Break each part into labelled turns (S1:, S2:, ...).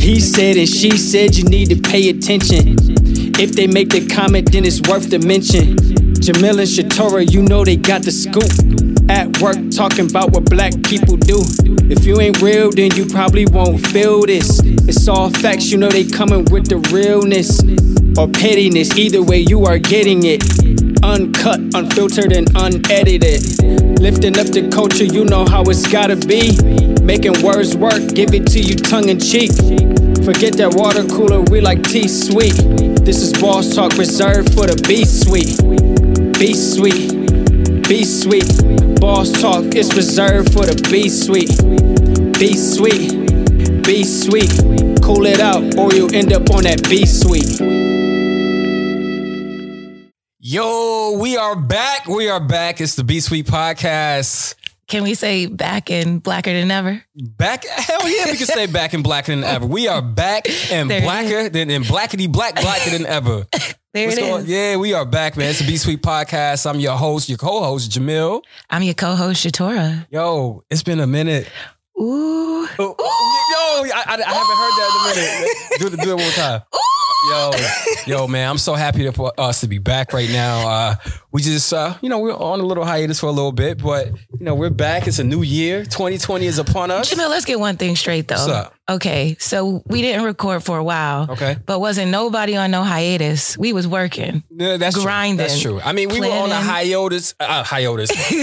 S1: He said and she said you need to pay attention. If they make the comment, then it's worth the mention. Jamil and Shatora, you know they got the scoop. At work, talking about what black people do. If you ain't real, then you probably won't feel this. It's all facts, you know they coming with the realness or pettiness. Either way, you are getting it uncut, unfiltered, and unedited. Lifting up the culture, you know how it's gotta be. Making words work, give it to you tongue in cheek. Forget that water cooler, we like tea sweet. This is Boss Talk reserved for the B sweet. B sweet, B sweet. Boss Talk is reserved for the B sweet. B sweet, B sweet. Cool it out, or you'll end up on that B sweet.
S2: Yo, we are back. We are back. It's the B Sweet Podcast.
S3: Can we say back and blacker than ever?
S2: Back, hell yeah, we can say back and blacker than ever. We are back and
S3: There it
S2: blacker than and blackety black blacker than ever.
S3: There
S2: What's
S3: it
S2: going-
S3: is.
S2: Yeah, we are back, man. It's the B Sweet Podcast. I'm your host, your co-host Jamil.
S3: I'm your co-host Shatora.
S2: Yo, it's been a minute.
S3: Ooh,
S2: Yo, I, I, I haven't heard that in a minute. Do, it- do it one more time. Yo, yo, man, I'm so happy to- for us to be back right now. Uh, we just, uh, you know, we're on a little hiatus for a little bit, but you know, we're back. It's a new year. 2020 is upon us.
S3: Jamil. Let's get one thing straight though.
S2: What's up?
S3: Okay, so we didn't record for a while.
S2: Okay.
S3: but wasn't nobody on no hiatus? We was working.
S2: Yeah, that's
S3: grinding,
S2: True. That's true. I mean, we were on a
S3: planning.
S2: hiatus, uh, hiatus, uh,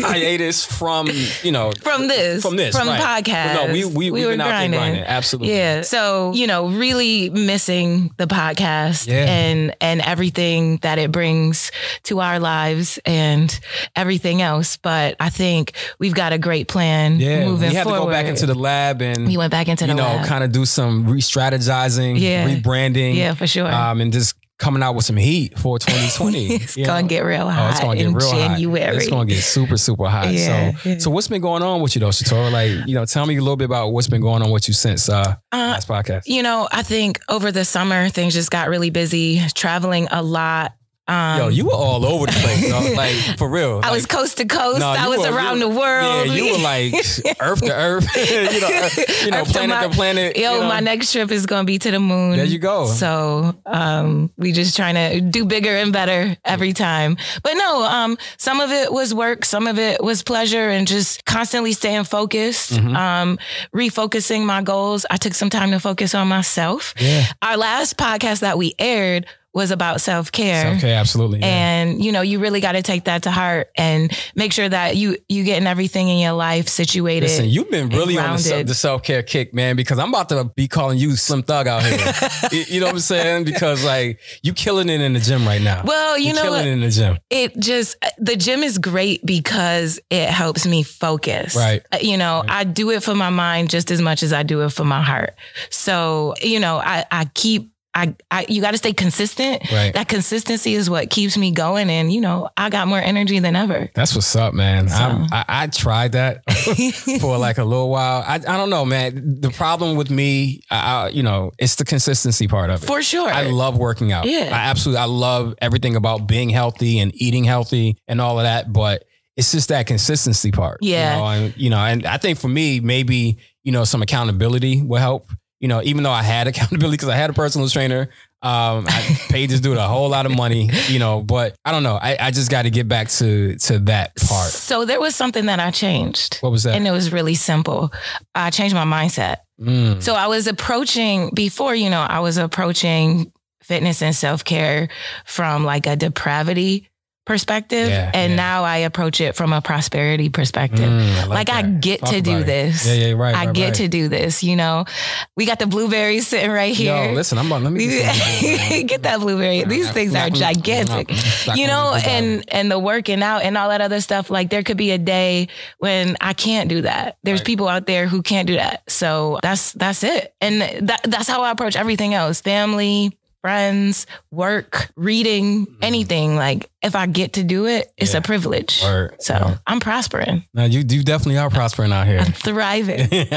S2: a hiatus from you know
S3: From this,
S2: from this
S3: from
S2: right.
S3: podcast,
S2: No, we we
S3: We
S2: we've
S3: were
S2: been out there
S3: grinding.
S2: grinding. Absolutely.
S3: Yeah. So, you know, really missing the podcast
S2: Yeah.
S3: and and everything that it brings to our lives and everything else. But I think we've got a great plan
S2: Yeah,
S3: moving
S2: we had
S3: forward.
S2: to go back into the lab and
S3: we went back into the
S2: you know
S3: lab.
S2: kind of do some re-strategizing,
S3: Yeah.
S2: rebranding,
S3: yeah, for sure.
S2: um, and just coming out with some heat for 2020.
S3: it's
S2: you
S3: gonna
S2: know?
S3: get real hot
S2: Oh, it's gonna get
S3: in
S2: real
S3: January.
S2: hot. It's gonna get super, super hot.
S3: Yeah,
S2: so,
S3: yeah.
S2: so what's been going on with you though, Satora? Like, you know, tell me a little bit about what's been going on with you since uh,
S3: Uh,
S2: last podcast.
S3: you know, I think over the summer things just got really busy, traveling a lot. Um,
S2: Yo, you were all over the place, dog. like for real.
S3: I
S2: Like,
S3: was coast to coast.
S2: nah,
S3: I
S2: you
S3: was
S2: were- you
S3: around
S2: were-
S3: the world.
S2: Yeah, you were like earth to earth, you know, earth- you know
S3: Earth to
S2: planet to,
S3: my-
S2: planet.
S3: Yo,
S2: you know.
S3: my next trip is gonna be to the moon.
S2: There you go.
S3: So um, we just trying to do bigger and better every time. But no, um, some of it was work, some of it was pleasure, and just constantly staying focused,
S2: Mm-hmm.
S3: um, refocusing my goals. I took some time to focus on myself.
S2: Yeah.
S3: Our last podcast that we aired was about self care.
S2: Okay, absolutely. yeah.
S3: And you know, you really got to take that to heart and make sure that you you getting everything in your life situated.
S2: Listen, you've been really on the, self,
S3: rounded.
S2: the self-care kick, man, because I'm about to be calling you Slim Thug out here. you, you know what I'm saying? Because like you killing it in the gym right now.
S3: well, you
S2: You're
S3: know
S2: killing
S3: what?
S2: it in the gym.
S3: it just the gym is great because it helps me focus
S2: Right.
S3: Uh, you know i do it for my mind just as much as i do it for my heart so you know i i keep I, I you got to stay consistent
S2: Right.
S3: that consistency is what keeps me going and you know i got more energy than ever
S2: That's what's up, man. I'm,
S3: So-
S2: I, I tried that for like a little while. I, I don't know, man. The problem with me, I, I, you know, it's the consistency part of it.
S3: for sure
S2: I love working out.
S3: Yeah.
S2: I absolutely I love everything about being healthy and eating healthy and all of that, but it's just that consistency part.
S3: Yeah.
S2: You know, and you know, and I think for me, maybe, you know, some accountability will help. You know, even though I had accountability because I had a personal trainer. Um, I paid this dude a whole lot of money, you know, but I don't know. I, I just gotta get back to to that part.
S3: so there was something that i changed
S2: What was that?
S3: and it was really simple i changed my mindset
S2: Mm,
S3: So I was approaching before, you know, I was approaching fitness and self care from like a depravity perspective.
S2: Yeah,
S3: and
S2: yeah.
S3: now I approach it from a prosperity perspective.
S2: mm,
S3: Like, I
S2: that.
S3: get
S2: Talk
S3: to do
S2: about it.
S3: this.
S2: Yeah, yeah, right.
S3: I
S2: right,
S3: get
S2: right.
S3: to do this, you know. We got the blueberries sitting right here.
S2: Yo, listen, I'm about let me get some-
S3: Get that blueberry. These things are gigantic you know and and the working out and all that other stuff like there could be a day when i can't do that there's
S2: Right.
S3: people out there who can't do that so that's that's it and that, that's how i approach everything else family friends work reading anything like if i get to do it it's
S2: Mm-hmm. Yeah.
S3: a privilege
S2: Word.
S3: so
S2: Yeah.
S3: i'm prospering
S2: No, you you definitely are prospering out here.
S3: i'm thriving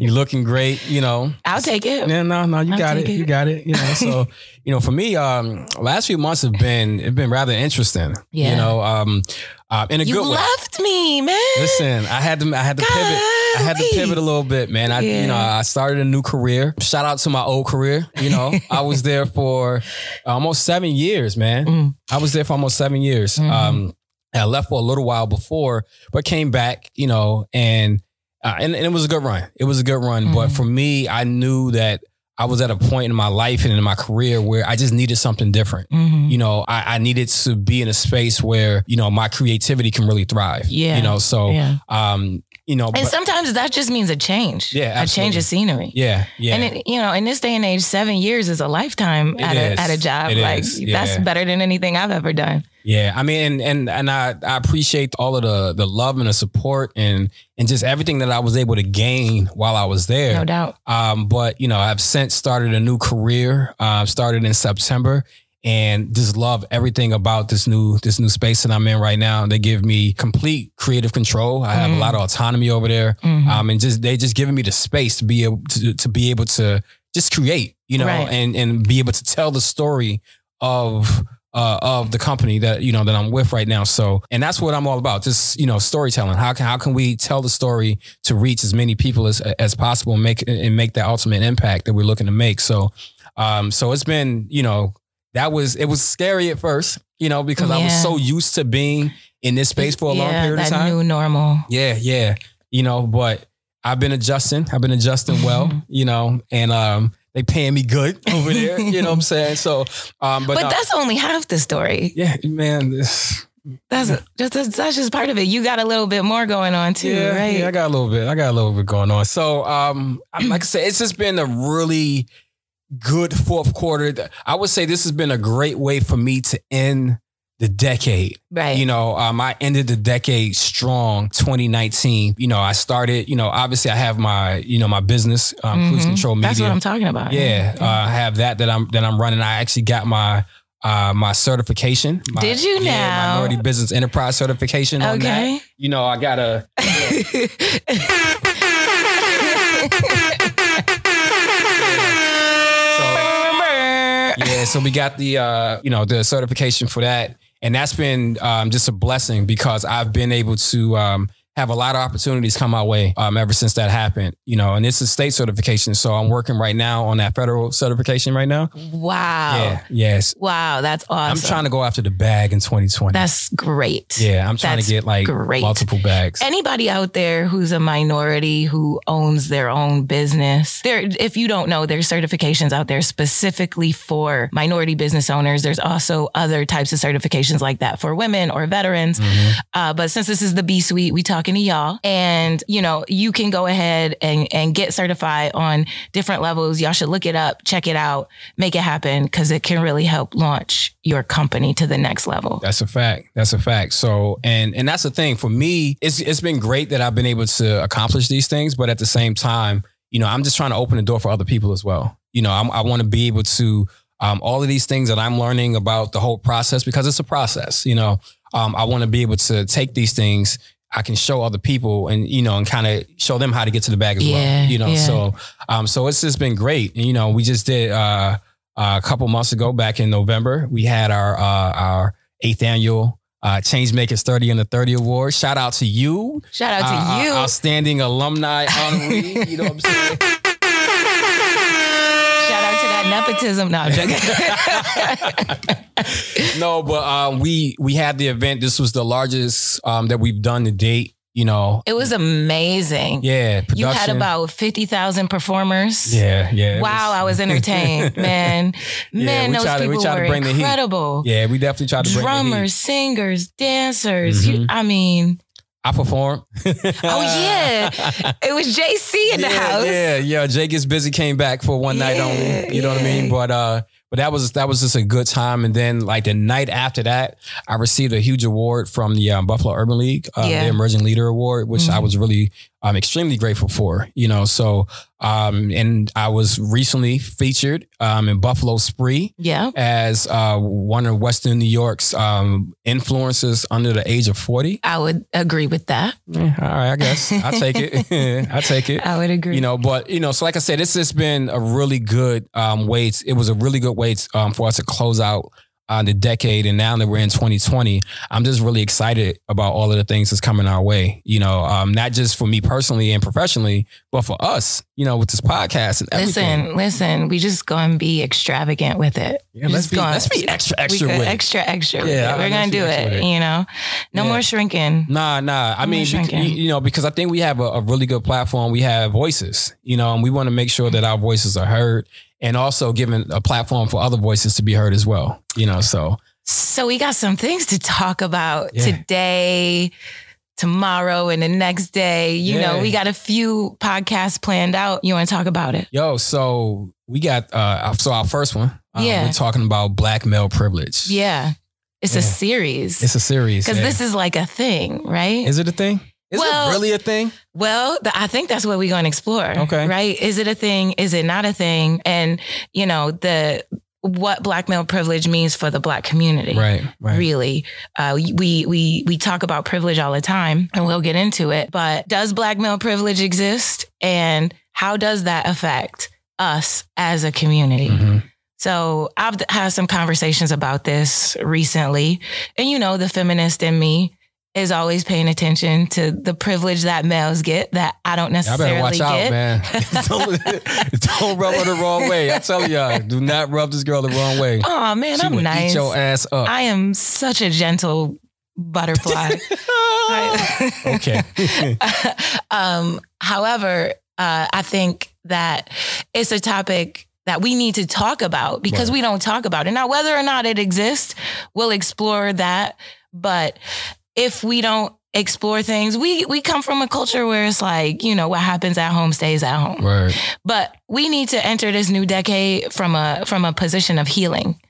S2: You're looking great, you know.
S3: i'll take it
S2: Yeah, no, no, you
S3: I'll
S2: got it.
S3: take
S2: You
S3: it.
S2: got it. You know, so you know, for me, um, last few months have been have been rather interesting. You
S3: Yeah.
S2: know, um, uh, in a
S3: you
S2: good way.
S3: left me man
S2: Listen, I had to I had to
S3: God.
S2: pivot. I had to pivot a little bit, man. I
S3: Yeah.
S2: you know I started a new career. Shout out to my old career. You know I was there for almost seven years, man.
S3: Mm.
S2: I was there for almost seven years.
S3: Mhm.
S2: Um, and I left for a little while before, but came back. You know, and uh, and, and it was a good run. It was a good run. But
S3: Mhm.
S2: for me, I knew that I was at a point in my life and in my career where I just needed something different.
S3: Mhm.
S2: You know, I, I needed to be in a space where you know my creativity can really thrive.
S3: Yeah.
S2: you know, so
S3: yeah.
S2: um, you know,
S3: And
S2: but-
S3: sometimes that just means a change.
S2: Yeah,
S3: a change
S2: absolutely.
S3: of scenery.
S2: yeah, yeah.
S3: And it, you know, in this day and age, seven years is a lifetime
S2: It
S3: at
S2: is.
S3: a at a job.
S2: It
S3: like
S2: is,
S3: that's
S2: yeah.
S3: better than anything I've ever done.
S2: Yeah, I mean, and and, and I, I appreciate all of the the love and the support and and just everything that I was able to gain while I was there.
S3: No doubt.
S2: Um, but you know, I've since started a new career. Uh, started in September, and just love everything about this new this new space that I'm in right now. They give me complete creative control. I have a
S3: Mm.
S2: lot of autonomy over there,
S3: Mhm.
S2: um, and just they just giving me the space to be able to, to be able to just create, you know,
S3: Right.
S2: and and be able to tell the story of. Uh, of the company that you know that I'm with right now, so and that's what I'm all about. Just you know, storytelling. How can how can we tell the story to reach as many people as as possible, and make and make that ultimate impact that we're looking to make. So, um, so it's been you know that was it was scary at first, you know, because I was
S3: Yeah.
S2: so used to being in this space for a long
S3: Yeah,
S2: period of
S3: that
S2: time.
S3: New normal.
S2: Yeah, yeah. You know, but I've been adjusting. I've been adjusting well,
S3: Mm-hmm.
S2: you know, and um they paying me good over there. you know what I'm saying? So um but,
S3: But
S2: no-
S3: that's only half the story.
S2: yeah, man, this
S3: That's just that's, that's just part of it. You got a little bit more going on too,
S2: yeah,
S3: right?
S2: yeah, I got a little bit. I got a little bit going on. So um I'm- like I said, it's just been a really good fourth quarter. I would say this has been a great way for me to end the decade.
S3: right.
S2: You know, um, I ended the decade strong, 2019. You know, I started, you know, obviously I have my, you know, my business, um, Cruise
S3: Mhm.
S2: Control Media.
S3: That's what I'm talking about.
S2: yeah, uh, I have that that I'm that I'm running. I actually got my uh, my certification. My,
S3: Did you
S2: yeah,
S3: now?
S2: Minority Business Enterprise certification. On that.
S3: okay.
S2: You know, I got a so yeah so we got the uh you know the certification for that and that's been um just a blessing because i've been able to um have a lot of opportunities come my way um, ever since that happened, you know, and it's a state certification. So I'm working right now on that federal certification right now.
S3: wow.
S2: Yeah. Yes.
S3: Wow. That's
S2: I'm
S3: awesome.
S2: trying to go after the bag in 2020.
S3: That's great.
S2: yeah. I'm trying to
S3: that's
S2: get like
S3: great.
S2: multiple bags.
S3: Anybody out there who's a minority who owns their own business, there if you don't know, there's certifications out there specifically for minority business owners. There's also other types of certifications like that for women or veterans.
S2: Mhm.
S3: Uh, but since this is the B suite, we talking to y'all, and you know you can go ahead and and get certified on different levels. Y'all should look it up, check it out, make it happen because it can really help launch your company to the next level.
S2: That's a fact. That's a fact. So, and and that's the thing for me. It's it's been great that I've been able to accomplish these things, but at the same time, you know, I'm just trying to open the door for other people as well. You know, I'm, I want to be able to um, all of these things that I'm learning about the whole process because it's a process. You know, um, I want to be able to take these things. I can show other people and you know and kind of show them how to get to the bag as
S3: Yeah,
S2: well. You know,
S3: yeah.
S2: so um, so it's just been great. And, you know, we just did uh, uh, a couple months ago, back in November, we had our uh, our eighth annual uh, Changemakers 30 and the 30 Award. Shout out to you. uh,
S3: Shout out to
S2: Our- our
S3: you.
S2: outstanding alumni honoree. you know what I'm saying?
S3: Shout out to that nepotism. No, I'm joking.
S2: no, but um, we we had the event. This was the largest um, that we've done to date, you know.
S3: it was amazing.
S2: Yeah, production.
S3: you had about 50,000 performers.
S2: Yeah, yeah. it
S3: Wow, I was entertained, man.
S2: Yeah,
S3: Man,
S2: we
S3: those
S2: tried to- we
S3: people
S2: tried to
S3: were
S2: bring the heat.
S3: incredible.
S2: Yeah, we definitely tried to bring the heat. Mm-hmm.
S3: Drummers, singers, dancers. You- I mean,
S2: I performed.
S3: oh yeah, it was JC in
S2: Uh. yeah,
S3: the house.
S2: Yeah, yeah. Jake is busy. Came back for one night
S3: Yeah,
S2: on. You know what I mean?
S3: yeah.
S2: But uh, but that was that was just a good time. And then like the night after that, I received a huge award from the um, Buffalo Urban League, uh,
S3: Yeah.
S2: the Emerging Leader Award, which I
S3: Mhm.
S2: was really um extremely grateful for. You know, so um, and I was recently featured um in Buffalo Spree
S3: Yeah.
S2: as uh one of Western New York's um influencers under the age of forty.
S3: I would agree with that.
S2: Yeah, all right, I guess I take it. I take it
S3: I would agree.
S2: you know but you know so like i said this has been a really good um way to- it was a really good way to, um, for us to close out on the decade and now that we're in 2020 i'm just really excited about all of the things that's coming our way you know um, not just for me personally and professionally but for us you know with this podcast and everything
S3: Listen, listen, we just gonna be extravagant with it.
S2: yeah, let's
S3: Just
S2: be
S3: gonna-
S2: let's be extra
S3: we
S2: extra
S3: could
S2: with it.
S3: extra, extra. with
S2: Yeah,
S3: it.
S2: I-
S3: we're
S2: let's
S3: gonna
S2: be
S3: do
S2: extra
S3: it,
S2: with it.
S3: You know, no
S2: Yeah.
S3: more shrinking.
S2: Nah, nah. I
S3: I'm
S2: mean,
S3: not
S2: bec-
S3: shrinking.
S2: you you know, because I think we have a, a really good platform. We have voices, you know, and we want to make sure that our voices are heard and also giving a platform for other voices to be heard as well, you know. So,
S3: So we got some things to talk about
S2: Yeah.
S3: today, tomorrow, and the next day. You
S2: Yeah.
S3: know, we got a few podcasts planned out. You want to talk about it?
S2: yo, so we got, uh, so our first one, um,
S3: Yeah.
S2: we're talking about black male privilege.
S3: Yeah, it's
S2: Yeah.
S3: a series
S2: It's a series.
S3: because
S2: yeah.
S3: this is like a thing, right?
S2: is it a thing? Is
S3: Well-
S2: it really a thing?
S3: Well, th- I think that's what we're going to explore.
S2: Okay.
S3: Right? Is it a thing? Is it not a thing? And, you know, the what black male privilege means for the black community.
S2: Right, right.
S3: Really, uh, we we we talk about privilege all the time, and we'll get into it. But does black male privilege exist, and how does that affect us as a community?
S2: Mhm.
S3: So I've had some conversations about this recently. And you know, the feminist in me is always paying attention to the privilege that males get that I don't
S2: Y'all better
S3: necessarily
S2: watch
S3: get.
S2: out, man. don't, don't rub her the wrong way. I tell y'all, do not rub this girl the wrong way.
S3: Oh man,
S2: she
S3: I'm
S2: will eat
S3: nice.
S2: your ass up.
S3: I am such a gentle butterfly. Right?
S2: okay.
S3: um, however, uh, I think that it's a topic that we need to talk about because
S2: Right.
S3: we don't talk about it. Now, whether or not it exists, we'll explore that. But if we don't explore things, we we come from a culture where it's like, you know, what happens at home stays at home.
S2: Word.
S3: But we need to enter this new decade from a from a position of healing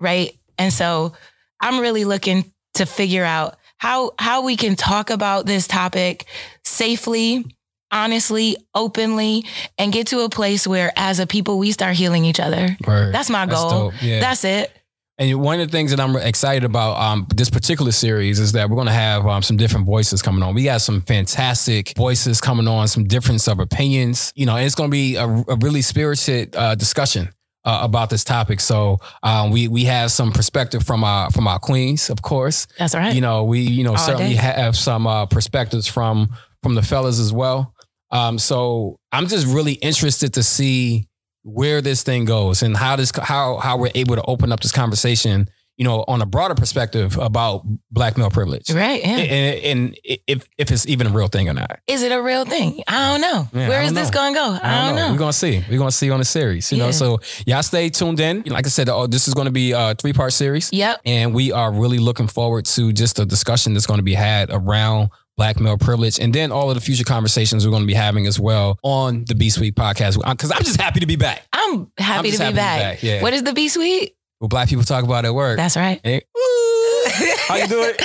S3: right? And so I'm really looking to figure out how how we can talk about this topic safely, honestly, openly, and get to a place where as a people we start healing each other.
S2: Word.
S3: That's my goal.
S2: dope. Yeah.
S3: That's it.
S2: and one of the things that I'm excited about um, this particular series is that we're going to have um, some different voices coming on. We got some fantastic voices coming on, some difference of opinions, you know, and it's going to be a, a really spirited uh, discussion. Uh, about this topic, so um, we we have some perspective from our from our queens, of course.
S3: That's right.
S2: You know, we you know
S3: All
S2: certainly
S3: day.
S2: have some uh, perspectives from from the fellas as well. Um, so I'm just really interested to see where this thing goes and how this how how we're able to open up this conversation, you know, on a broader perspective about black male privilege.
S3: right. Yeah.
S2: And, and if if it's even a real thing or not,
S3: Is it a real thing? I don't know.
S2: Yeah, I
S3: Where is
S2: don't
S3: this
S2: know.
S3: going to go? I don't, know.
S2: We're gonna see. We're gonna see on the series, you know.
S3: Yeah.
S2: So y'all stay tuned in. Like I said, oh, this is gonna be a three part series.
S3: Yep.
S2: And we are really looking forward to just the discussion that's going to be had around black male privilege and then all of the future conversations we're going to be having as well on the B Suite podcast. Because I'm just happy to be back.
S3: I'm
S2: I'm
S3: happy
S2: just
S3: to be back.
S2: Yeah.
S3: What is the B suite?
S2: what black people talk about at work.
S3: That's right.
S2: Hey, ooh, how you do it?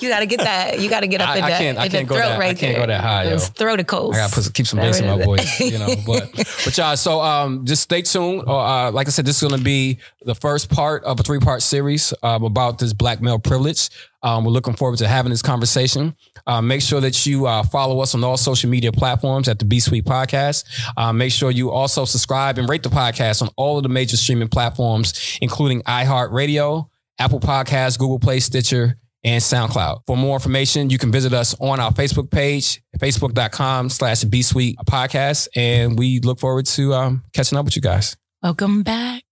S3: You got to get that. You got to get up
S2: I-
S3: in
S2: I
S3: the,
S2: can't- I
S3: in the
S2: can't go
S3: throat
S2: that- I
S3: right
S2: can't
S3: there.
S2: go that high, yo.
S3: Those throat
S2: I gotta put, keep some bass in my voice, you know. But but y'all, so um, just stay tuned. Uh, uh, like I said, this is gonna be the first part of a three part series um, about this black male privilege. Um, we're looking forward to having this conversation. Uh, make sure that you uh, follow us on all social media platforms at the B Suite Podcast. Uh, make sure you also subscribe and rate the podcast on all of the major streaming platforms, including iHeartRadio, Apple Podcasts, Google Play, Stitcher, and SoundCloud. For more information, you can visit us on our Facebook page, facebook.com slash B Suite Podcast. And we look forward to um, catching up with you guys.
S3: Welcome back.